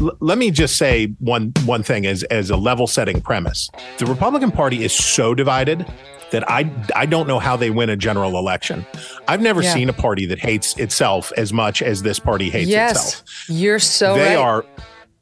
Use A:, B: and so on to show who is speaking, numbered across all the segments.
A: l- let me just say one one thing as as a level setting premise. The Republican Party is so divided that I I don't know how they win a general election. I've never
B: Yeah.
A: seen a party that hates itself as much as this party hates itself.
B: yes, you're so
A: they
B: right.
A: are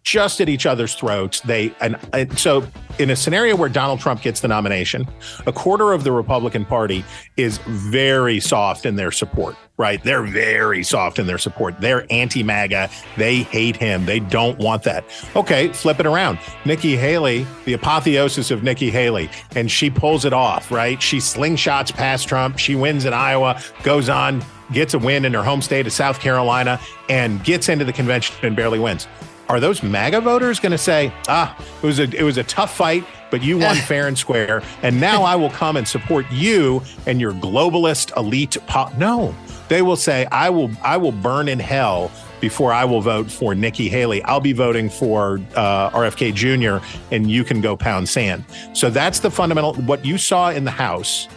A: just at each other's throats. They and, and so in a scenario where Donald Trump gets the nomination, a quarter of the Republican Party is very soft in their support. Right? They're very soft in their support. They're anti-MAGA. They hate him. They don't want that. Okay, flip it around. Nikki Haley, the apotheosis of Nikki Haley, and she pulls it off. Right? She slingshots past Trump. She wins in Iowa. Goes on gets a win in her home state of South Carolina and gets into the convention and barely wins. Are those MAGA voters going to say, "Ah, it was a it was a tough fight, but you won fair and square, and now I will come and support you and your globalist elite"? Po-? No, they will say, "I will I will burn in hell." Before I will vote for Nikki Haley, I'll be voting for uh, RFK Jr. and you can go pound sand. So that's the fundamental. What you saw in the House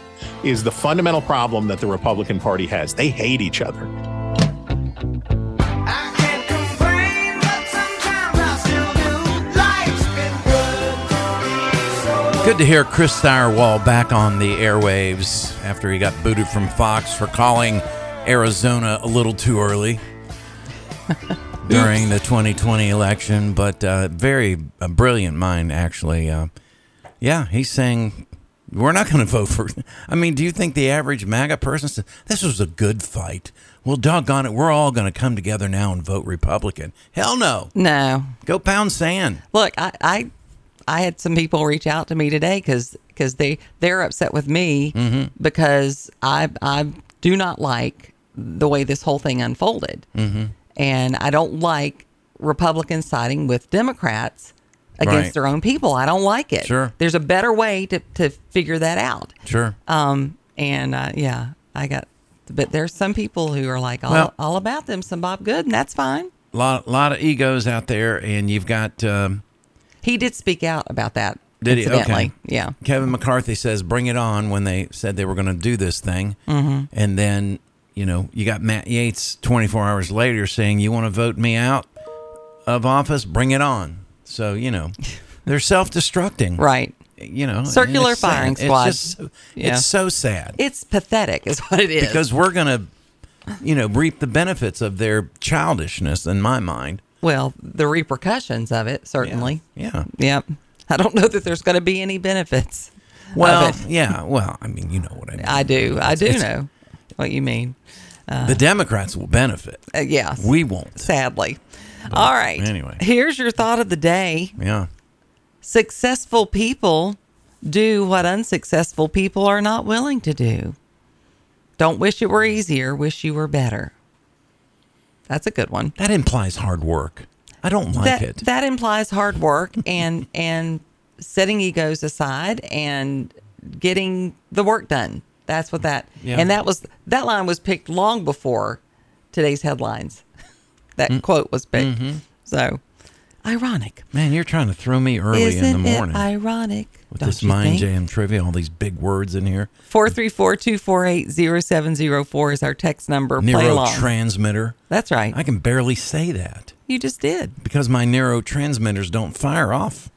A: is the fundamental problem that the Republican Party has. They hate each other.
C: I can't complain, but sometimes I still do. Life's been good to me so
D: Good to hear Chris Thirewall back on the airwaves after he got booted from Fox for calling Arizona a little too early during the 2020 election. But uh, very a brilliant mind, actually. Uh, yeah, he's saying we're not going to vote for. I mean, do you think the average MAGA person says this was a good fight? Well, doggone it, we're all going to come together now and vote Republican. Hell no.
B: No,
D: Go pound sand.
B: look, I, I, I had some people reach out to me today because they they're upset with me
D: Mm-hmm.
B: because I I do not like the way this whole thing unfolded, mm-hmm. and I don't like Republicans siding with Democrats against
D: Right.
B: their own people. I don't like it.
D: Sure.
B: there's a better way to to figure that out.
D: Sure.
B: Um, and uh, yeah, I got. But there's some people who are like all,
D: Well-
B: all about them, some Bob Good, and that's fine.
D: lot lot of egos out there, and you've got um,
B: He did speak out about that.
D: Did he? Okay.
B: incidentally. Yeah.
D: Kevin McCarthy says, "Bring it on." When they said they were going to do this thing, mm-hmm. and then you know you got Matt Yates 24 hours later saying, "You want to vote me out of office? Bring it on." So you know they're self-destructing,
B: Right.
D: You know, and
B: Circular
D: it's sad.
B: firing
D: It's
B: squad.
D: just so-
B: Yeah.
D: It's so sad
B: It's pathetic, is what it is.
D: because we're going to, you know, reap the benefits of their childishness. In my mind,
B: well, the repercussions of it certainly.
D: yeah.
B: Yep. I don't know that there's going to be any benefits. of
D: Well,
B: it.
D: yeah. Well, I mean, you know what I mean.
B: I do. I do
D: It's-
B: know what you mean.
D: the Democrats will benefit.
B: Uh, yes.
D: We won't.
B: sadly. All right.
D: anyway.
B: here's your thought of the day.
D: Yeah.
B: Successful people do what unsuccessful people are not willing to do. Don't wish it were easier, wish you were better. That's a good one.
D: That implies hard work. I don't like
B: that,
D: it.
B: That implies hard work and and setting egos aside and getting the work done. That's what that
D: Yeah.
B: and that was that line was picked long before today's headlines. That
D: Mm.
B: quote was picked.
D: Mm-hmm.
B: So ironic.
D: Man, you're trying to throw me early
B: Isn't
D: in the morning
B: it ironic?
D: with
B: Don't
D: this
B: you
D: mind
B: think?
D: jam trivia, all these big words in here.
B: 434-248-0704 is our text number. Play along.
D: Neurotransmitter.
B: That's right.
D: I can barely say that
B: you just did.
D: because my neurotransmitters don't fire off.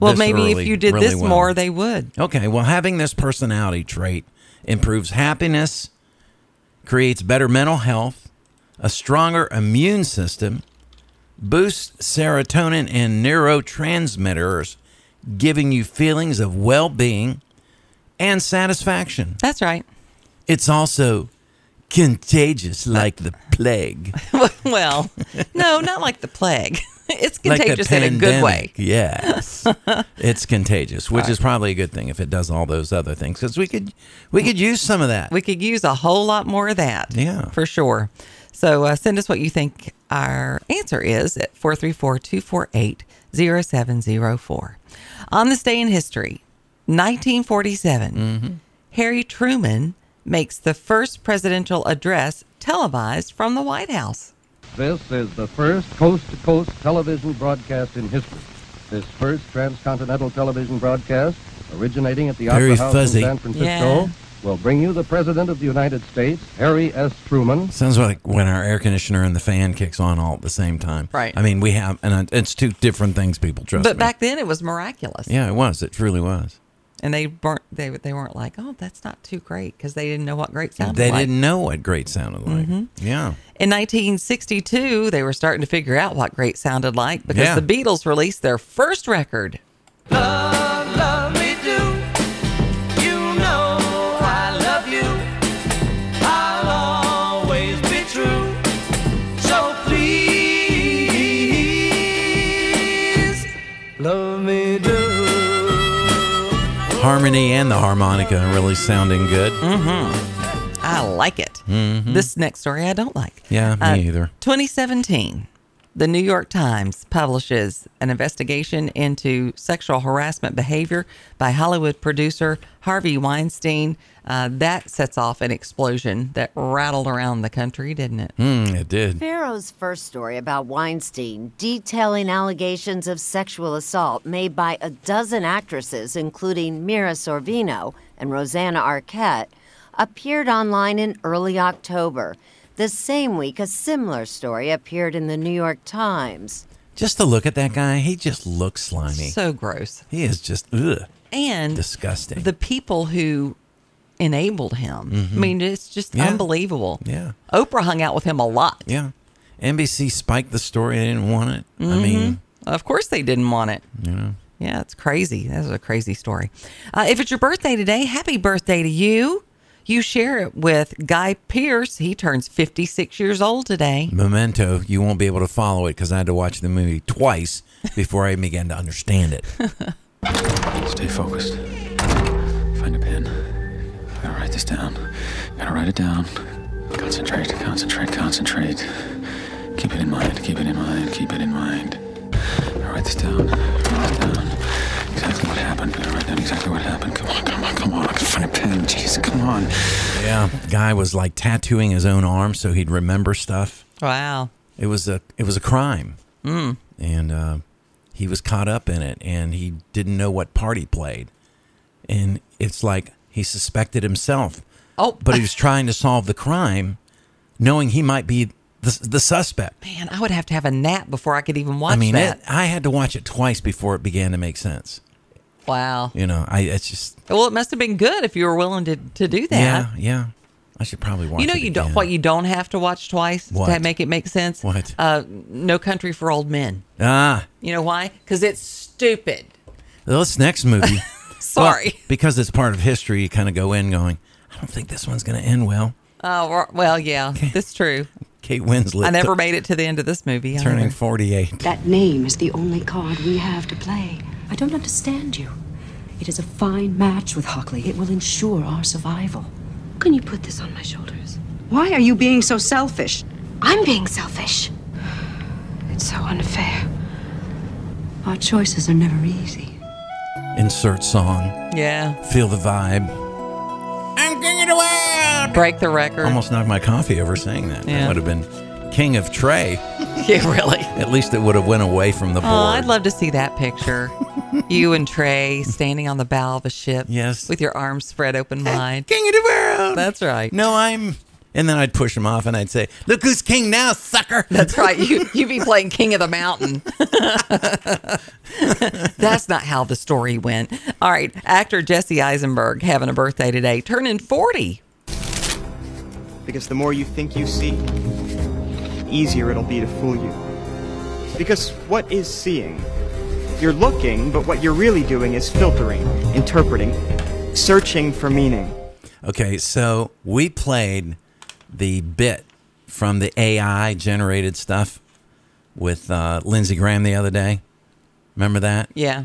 B: Well,
D: this
B: maybe
D: early
B: if you did
D: really
B: this
D: well.
B: more, they would.
D: Okay, well, having this personality trait improves happiness, creates better mental health, a stronger immune system, boosts serotonin and neurotransmitters, giving you feelings of well being and satisfaction.
B: That's right.
D: It's also contagious like the plague,
B: well, no, not like the plague. It's
D: like the
B: contagious in a good way.
D: pandemic. Yes, it's contagious, which is probably a good thing if it does all those other things because we could we could use some of that.
B: We could use a whole lot more of that.
D: Yeah.
B: For sure. So uh, send us what you think our answer is at 434 248 0704. On this day in history, 1947,
D: Mm-hmm.
B: Harry Truman makes the first presidential address televised from the White House.
E: This is the first coast-to-coast television broadcast in history. This first transcontinental television broadcast, originating at the
D: Very
E: Opera House
D: fuzzy.
E: in San Francisco,
B: Yeah.
E: will bring you the President of the United States, Harry S. Truman.
D: Sounds like when our air conditioner and the fan kicks on all at the same time.
B: Right.
D: I mean, we have, and it's two different things. People trust
B: But
D: me.
B: back then it was miraculous.
D: yeah, it was. It truly was.
B: And they weren't they they weren't like, "Oh, that's not too great" because they didn't know what great sounded
D: They
B: like. Mm-hmm.
D: didn't know what great sounded like. Yeah.
B: In 1962, they were starting to figure out what great sounded like because
D: Yeah.
B: the Beatles released their first record.
C: Love, love me do. You know I love you. I'll always be true. So please, love me do.
D: Harmony and the harmonica are really sounding good.
B: Mm-hmm. I like it. This next story I don't like.
D: Mm-hmm. Yeah, me
B: Uh,
D: either.
B: 2017, the New York Times publishes an investigation into sexual harassment behavior by Hollywood producer Harvey Weinstein. Uh, that sets off an explosion that rattled around the country, didn't it?
D: Mm, it did.
F: Pharaoh's first story about Weinstein, detailing allegations of sexual assault made by a dozen actresses, including Mira Sorvino and Rosanna Arquette, appeared online in early October. The same week, a similar story appeared in the New York Times.
D: Just to look at that guy, he just looks slimy.
B: So gross.
D: he is just ugh,
B: And
D: disgusting.
B: the people who enabled him. I mean, it's just
D: Mm-hmm. Yeah.
B: unbelievable.
D: Yeah.
B: Oprah hung out with him a lot.
D: yeah. NBC spiked the story. They didn't want it. I
B: Mm-hmm.
D: mean,
B: Of course, they didn't want it. Yeah. Yeah, it's crazy. That's a crazy story. Uh, if it's your birthday today, happy birthday to you. You share it with Guy Pierce. He turns 56 years old today.
D: Memento, you won't be able to follow it because I had to watch the movie twice before I began to understand it.
G: Stay focused. Find a pen. I gotta write this down. Gotta write it down. Concentrate, concentrate, concentrate. Keep it in mind, keep it in mind, keep it in mind. I write this down. Write this down. Exactly what happened. Gotta write down exactly what happened. Come on, come on, come on. I can find a pen. Jeez, come on.
D: yeah. Guy was like tattooing his own arm so he'd remember stuff.
B: Wow.
D: It was a it was a crime,
B: Mm.
D: and uh, he was caught up in it, and he didn't know what part he played, and it's like he suspected himself,
B: Oh,
D: but he was trying to solve the crime, knowing he might be the, the suspect.
B: man, I would have to have a nap before I could even watch
D: I mean,
B: that.
D: it, I had to watch it twice before it began to make sense.
B: wow.
D: You know, I it's just
B: Well, it must have been good if you were willing to, to do that.
D: yeah, yeah. I should probably watch.
B: You know,
D: it
B: you don't
D: again.
B: what you don't have to watch twice to
D: What?
B: make it make sense.
D: What?
B: Uh, no Country for Old Men.
D: ah.
B: You know why? Because it's stupid.
D: This next movie.
B: Sorry.
D: Well, because it's part of history, you kind of go in going, I don't think this one's going to end well.
B: Oh well- well, yeah, that's true.
D: Kate Winslet.
B: I never
D: t-
B: made it to the end of this movie. either.
D: turning 48.
H: That name is the only card we have to play. I don't understand you. It is a fine match with Hockley. It will ensure our survival.
I: How can you put this on my shoulders?
H: Why are you being so selfish?
I: I'm being selfish. It's so unfair.
H: Our choices are never easy.
D: Insert song.
B: Yeah,
D: Feel the vibe.
B: break the record.
D: Almost knocked my coffee over saying that.
B: Yeah.
D: That would have been King of Trey.
B: Yeah, really.
D: At least it would have went away from the board.
B: Oh, I'd love to see that picture. you and Trey standing on the bow of a ship.
D: Yes.
B: With your arms spread open wide.
D: King of the world.
B: That's right.
D: No, I'm. And then I'd push him off and I'd say, Look who's king now, sucker.
B: That's right. You you be playing King of the Mountain. That's not how the story went. All right, actor Jesse Eisenberg having a birthday today, turning forty.
J: Because the more you think you see, easier it'll be to fool you. Because what is seeing? You're looking, but what you're really doing is filtering, interpreting, searching for meaning.
D: Okay, so we played the bit from the AI generated stuff with uh, Lindsey Graham the other day. Remember that?
B: Yeah.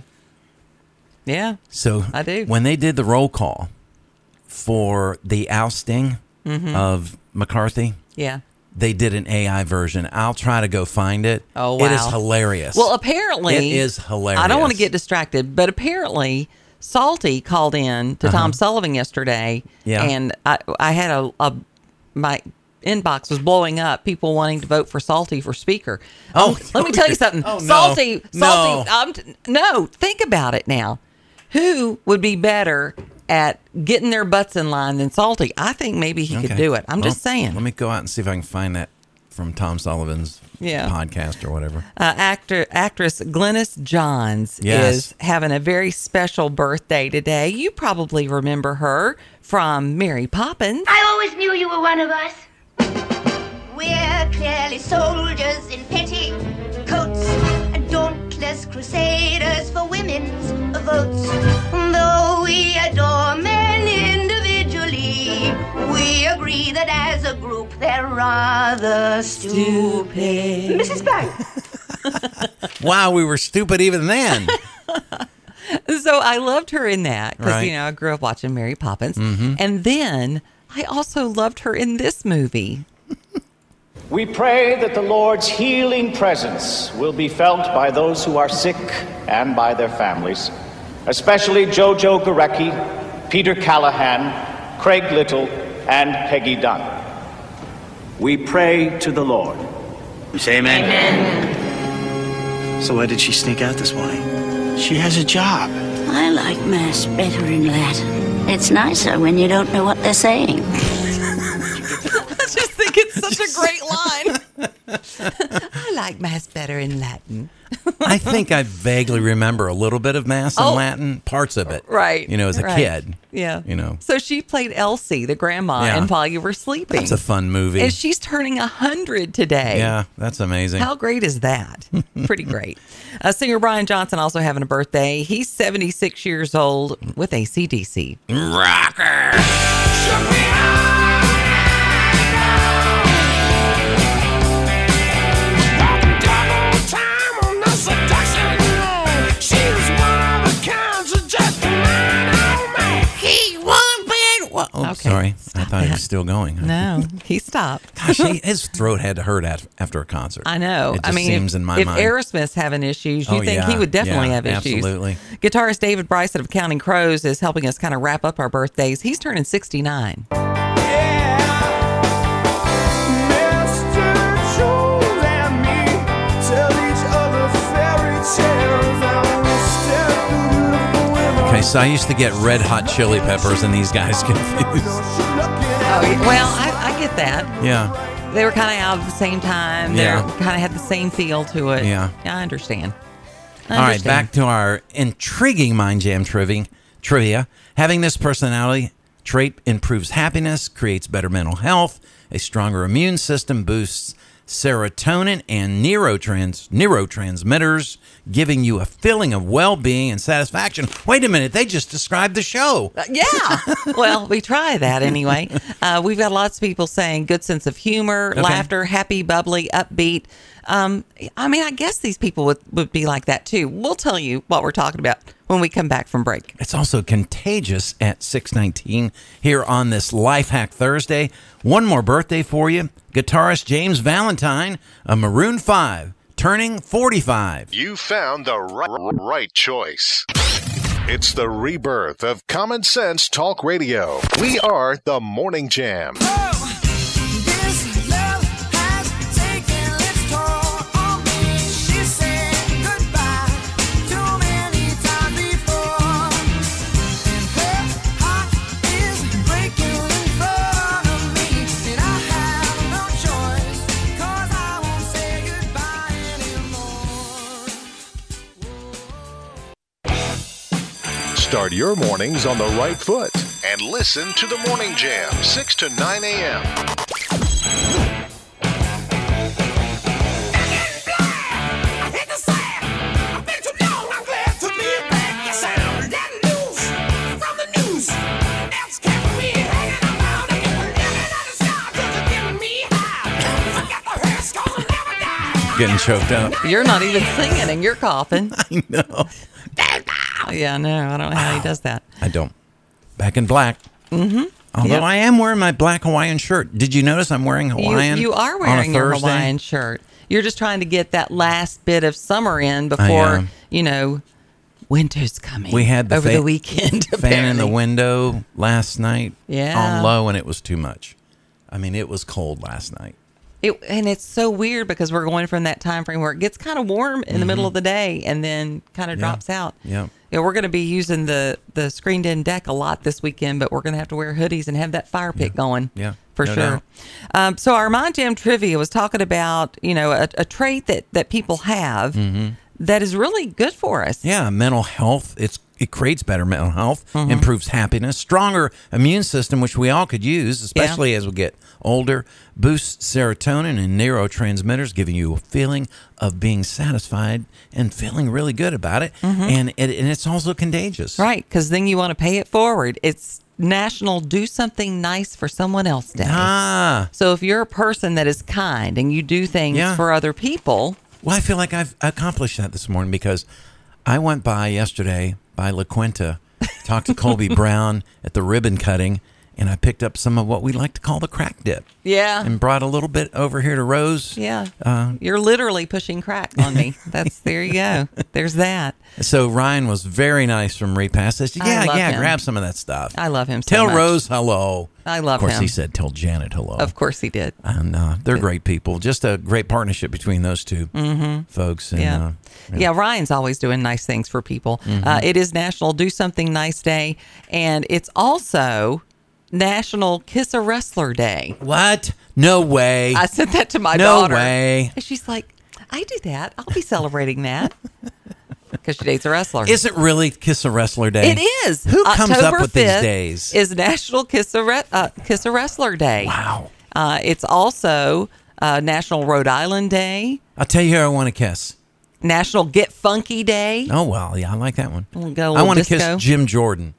B: Yeah.
D: So
B: I do.
D: When they did the roll call for the ousting
B: Mm-hmm.
D: of McCarthy,
B: Yeah.
D: they did an AI version. I'll try to go find it.
B: Oh,
D: It is
B: wow.
D: hilarious.
B: Well, apparently
D: It is hilarious.
B: I don't want to get distracted, but apparently Salty called in to Tom Sullivan yesterday,
D: Uh-huh. Yeah.
B: and I I had a, a my inbox was blowing up people wanting to vote for Salty for speaker.
D: Oh,
B: Um, let me tell you something.
D: oh, no.
B: Salty, Salty,
D: No.
B: no. Um, no, think about it now. Who would be better at getting their butts in line than Salty. I think maybe he could
D: Okay.
B: do it. I'm just
D: Well,
B: saying.
D: Let me go out and see if I can find that from Tom Sullivan's
B: Yeah.
D: podcast or whatever.
B: Uh, actor actress Glennis Johns
D: Yes.
B: is having a very special birthday today. You probably remember her from Mary Poppins.
K: I always knew you were one of us. We're clearly soldiers in petty coats and dauntless crusaders for women's votes. Though we adore men individually, we agree that as a group they're rather stupid. Mrs. Banks,
D: wow, we were stupid even then.
B: So I loved her in that because
D: Right.
B: you know I grew up watching Mary Poppins,
D: Mhm.
B: and then I also loved her in this movie.
L: We pray that the Lord's healing presence will be felt by those who are sick and by their families, especially Jojo Gorecki, Peter Callahan, Craig Little, and Peggy Dunn. We pray to the Lord.
M: You say amen? So why did she sneak out this morning? She has a job.
N: I like Mass better in Latin. It's nicer when you don't know what they're saying.
B: I just think it's such a great line. I like mass better in Latin.
D: I think I vaguely remember a little bit of Mass in
B: Oh.
D: Latin, parts of it.
B: Right.
D: You know, as a
B: right.
D: kid.
B: Yeah.
D: You know,
B: So she played Elsie, the grandma,
D: Yeah.
B: and while you were sleeping.
D: that's a fun movie.
B: And she's turning 100 today.
D: yeah, that's amazing.
B: How great is that? Pretty great. Uh, singer Brian Johnson also having a birthday. He's 76 years old with ACDC.
D: Rocker. Well, oh, sorry. I thought he was still going.
B: No, he stopped.
D: Gosh, he- his throat had to hurt af- after a concert.
B: I know.
D: It just
B: I mean,
D: seems
B: if,
D: in my
B: if
D: mind.
B: Aerosmith's having issues, you
D: Oh,
B: think he
D: yeah.
B: would definitely
D: Yeah,
B: have issues.
D: absolutely.
B: Guitarist David Bryson of Counting Crows is helping us kind of wrap up our birthdays. He's turning 69.
D: okay, so I used to get red hot chili peppers and these guys confused.
C: Oh,
B: Well, I, I get that.
D: Yeah.
B: They were kind of out at the same time. They
D: Yeah.
B: are kind of had the same feel to it.
D: Yeah.
B: I understand. I
D: All right,
B: understand.
D: back to our intriguing mind jam trivia. Trivia: Having this personality trait improves happiness, creates better mental health, a stronger immune system, boosts serotonin and neurotrans neurotransmitters, giving you a feeling of well-being and satisfaction. Wait a minute, they just described the show.
B: Yeah. well, we try that anyway. Uh, we've got lots of people saying good sense of humor,
D: Okay.
B: laughter, happy, bubbly, upbeat. Um, I mean, I guess these people would, would be like that too. We'll tell you what we're talking about when we come back from break.
D: It's also contagious at 619 here on this Life Hack Thursday. One more birthday for you. Guitarist James Valentine, a Maroon 5, turning 45.
O: You found the right, right choice. It's the rebirth of Common Sense Talk Radio. We are the Morning Jam. Start your mornings on the right foot and listen to the Morning Jam, 6 to 9 a.m.
D: Getting choked up.
B: You're not e- even singing and you're coughing. Oh,
D: I know.
B: Yeah, no, I don't know how he does that.
D: I don't. Back in black.
B: Mm-hmm.
D: Although I am wearing my black Hawaiian shirt. Did you notice I'm wearing Hawaiian?
B: You, you are
D: on a
B: wearing your
D: Thursday?
B: Hawaiian shirt. You're just trying to get that last bit of summer in
D: I
B: before,
D: am.
B: you know, winter's coming.
D: We had the
B: over
D: fa-
B: the
D: fan
B: weekend.
D: in the
B: apparently.
D: window last night.
B: Yeah.
D: On low, and it was too much. I mean, it was cold last night.
B: It, and it's so weird because we're going from that time frame where it gets kind of warm in the middle of the day and then kind of
D: Mm-hmm. Yeah.
B: drops out.
D: Yeah.
B: you know, we're going to be using the the screened in deck a lot this weekend, but we're going to have to wear hoodies and have that fire pit going.
D: Yeah,
B: for
D: no
B: sure.
D: doubt.
B: Um, so our mind jam trivia was talking about you know a, a trait that that people have
D: Mhm.
B: that is really good for us.
D: Yeah, mental health. It's it creates better mental health, improves happiness, stronger immune system, which we all could use, especially as we get older. Boosts serotonin and neurotransmitters, giving you a feeling of being satisfied and feeling really good about it. And it, and it's also contagious.
B: Right, because then you want to pay it forward. It's National Do Something Nice for Someone Else Day.
D: Ah.
B: So if you're a person that is kind and you do things
D: Yeah.
B: for other people,
D: Well, I feel like I've accomplished that this morning because I went by yesterday by La Quinta, talked to Colby Brown at the ribbon cutting, and I picked up some of what we like to call the crack dip.
B: Yeah.
D: And brought a little bit over here to Rose.
B: yeah,
D: Uh,
B: you're literally pushing crack on me. That's there you go. There's that.
D: so Ryan was very nice from Repass. I said,
B: I
D: yeah,
B: love
D: yeah,
B: him.
D: grab some of that stuff.
B: I love him. So
D: Tell
B: much.
D: Rose hello.
B: I love
D: Of course,
B: him.
D: he said, tell Janet hello.
B: Of course, he did.
D: And uh, they're great people. Just a great partnership between those 2
B: Mhm.
D: folks. And,
B: yeah.
D: uh,
B: yeah, Ryan's always doing nice things for people. Uh,
D: Mhm.
B: it is National Do Something Nice Day, and it's also National Kiss a Wrestler Day.
D: What? No way.
B: I sent that to my
D: No
B: daughter.
D: way.
B: And she's like, I do that. I'll be celebrating that because she dates a wrestler.
D: Is it really Kiss a Wrestler Day?
B: It is.
D: Who comes up
B: October
D: with these
B: 5th
D: days?
B: Is National Kiss a, Re- uh, Kiss a Wrestler Day.
D: Wow.
B: Uh, it's also uh, National Rhode Island Day,
D: I'll tell you who I want to kiss.
B: National Get Funky Day.
D: Oh well, yeah, I like that one.
B: We'll go a
D: I
B: little
D: want to
B: disco.
D: kiss Jim Jordan.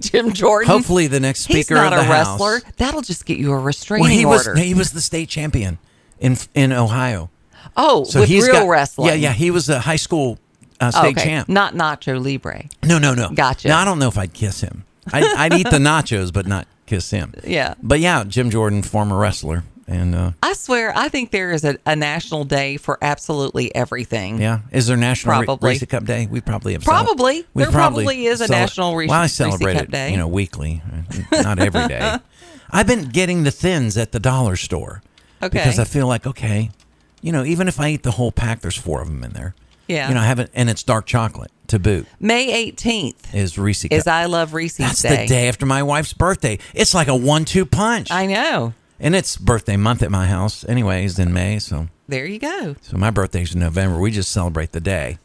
B: Jim Jordan.
D: Hopefully the next
B: He's
D: speaker
B: not
D: of the
B: a
D: House.
B: wrestler. That'll just get you a restraining
D: Well, he was
B: order.
D: he was the state champion in in Ohio.
B: oh, with
D: he's
B: real
D: got-
B: wrestling.
D: Yeah, yeah, he was a high school uh,
B: Oh,
D: state
B: okay.
D: champ.
B: Not Nacho Libre.
D: No, no, no.
B: Gotcha.
D: Now I don't know if I'd kiss him. I, I'd eat the nachos, but not kiss him.
B: Yeah.
D: But yeah, Jim Jordan, former wrestler, and uh,
B: I swear, I think there is a, a national day for absolutely everything.
D: Yeah. Is there National Re-
B: Probably.
D: Reese Cup Day? We probably have.
B: Probably. There probably is a National Re-
D: Well, I
B: Reese
D: celebrate
B: Cup
D: it,
B: Day.
D: you know, weekly, uh, not every day. I've been getting the thins at the dollar store because
B: Okay.
D: I feel like okay, you know, even if I eat the whole pack, there's four of them in there.
B: Yeah.
D: You know, I haven't, and it's dark chocolate to boot.
B: May 18th
D: Is Reese Cup?
B: is I Love Reese's
D: That's
B: Day.
D: the day after my wife's birthday. It's like a one-two punch.
B: I know.
D: And it's birthday month at my house, anyways, in May. So
B: There you go.
D: so my birthday's in November. We just celebrate the day.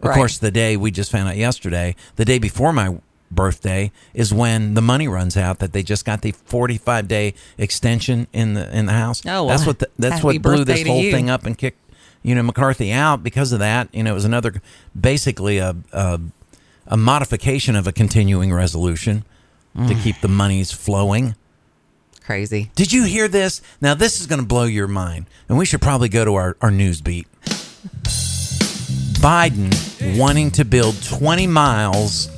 D: Of
B: Right.
D: course, the day we just found out yesterday, the day before my birthday is when the money runs out that they just got the 45 day extension in the in the house.
B: Oh, well,
D: that's what the, that's
B: happy
D: what blew
B: birthday
D: this
B: to
D: whole
B: you.
D: thing up and kicked you know McCarthy out because of that. You know, it was another basically a a, a modification of a continuing resolution to
B: Mm.
D: keep the monies flowing.
B: Crazy.
D: Did you hear this? Now this is going to blow your mind, and we should probably go to our, our news beat. Biden wanting to build 20 miles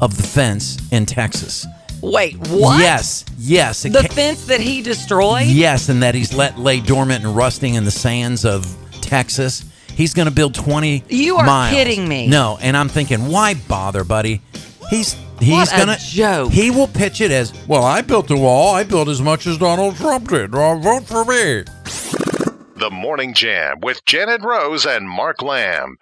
D: of the fence in Texas.
B: Wait, what?
D: Yes, yes. it
B: The
D: ca-
B: fence that he destroyed?
D: Yes, and that he's let lay dormant and rusting in the sands of Texas. He's going to build 20
B: You are
D: miles.
B: kidding me.
D: No, and I'm thinking, why bother, buddy? He's he's
B: What a
D: going to joke. He will pitch it as, "Well, I built the wall. I built as much as Donald Trump did. Uh, vote for me."
O: The Morning Jam with Janet Rose and Mark Lamb.